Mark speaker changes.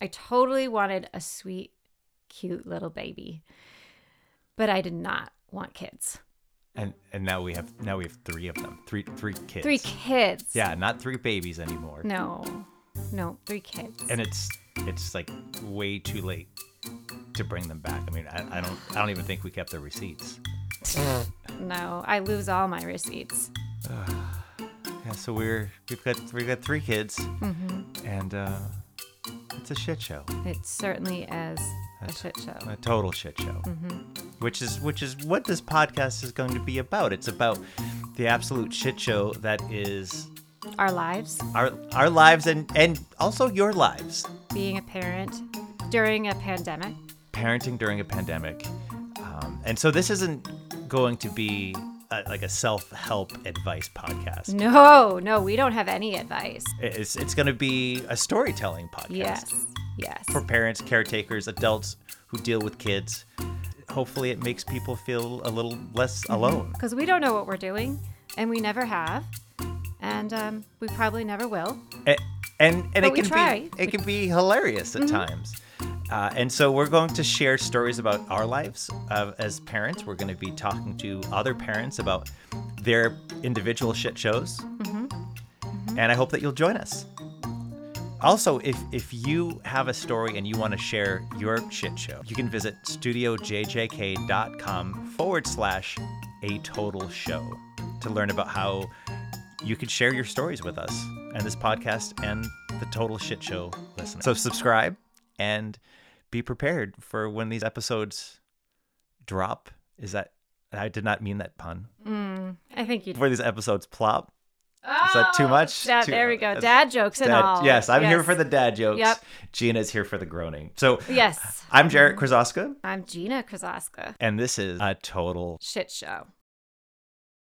Speaker 1: I totally wanted a sweet, cute little baby, but I did not want kids.
Speaker 2: And and now we have now we have three of them. Three three kids.
Speaker 1: Three kids.
Speaker 2: Yeah, not three babies anymore.
Speaker 1: No, no, three kids.
Speaker 2: And it's it's like way too late to bring them back. I mean, I, I don't I don't even think we kept the receipts.
Speaker 1: no, I lose all my receipts.
Speaker 2: Yeah, so we're we've got we've got three kids, and uh, it's a shit show,
Speaker 1: It certainly is a shit show.
Speaker 2: a total shit show. Which is which is what this podcast is going to be about. It's about the absolute shit show that is
Speaker 1: Our lives,
Speaker 2: our our lives and and also your lives.
Speaker 1: being a parent during a pandemic.
Speaker 2: parenting during a pandemic. Um, and so this isn't going to be a, like a self-help advice
Speaker 1: Mm.
Speaker 2: podcast.
Speaker 1: No, no, we don't have any advice.
Speaker 2: It's it's going to be a storytelling podcast
Speaker 1: Yes, yes.
Speaker 2: for parents, caretakers, adults who deal with kids. Hopefully it makes people feel a little less alone.
Speaker 1: Because we don't know what we're doing, and we never have, and um, we probably never will.
Speaker 2: and and, and it
Speaker 1: we
Speaker 2: can
Speaker 1: try. Mm-hmm.
Speaker 2: be it can be hilarious at times. Uh, and so we're going to share stories about our lives uh, as parents. We're going to be talking to other parents about their individual shit shows,
Speaker 1: Mm-hmm.
Speaker 2: and I hope that you'll join us. Also, if if you have a story and you want to share your shit show, you can visit studiojjk.com forward slash a total show to learn about how you could share your stories with us and this podcast and the total shit show listeners. So subscribe and be prepared for when these episodes drop. Is that I did not mean that pun.
Speaker 1: I think you.
Speaker 2: For these episodes plop. Is that too much?
Speaker 1: Dad,
Speaker 2: Too-
Speaker 1: Oh, there we go.
Speaker 2: that's-
Speaker 1: Dad jokes and
Speaker 2: Dad-
Speaker 1: all.
Speaker 2: Yes, I'm here for the dad jokes.
Speaker 1: Yep.
Speaker 2: Gina's here for the groaning. So
Speaker 1: Yes,
Speaker 2: I'm Jarrett Krasoska,
Speaker 1: I'm Gina Krasaska.
Speaker 2: and this is a total
Speaker 1: Shit show.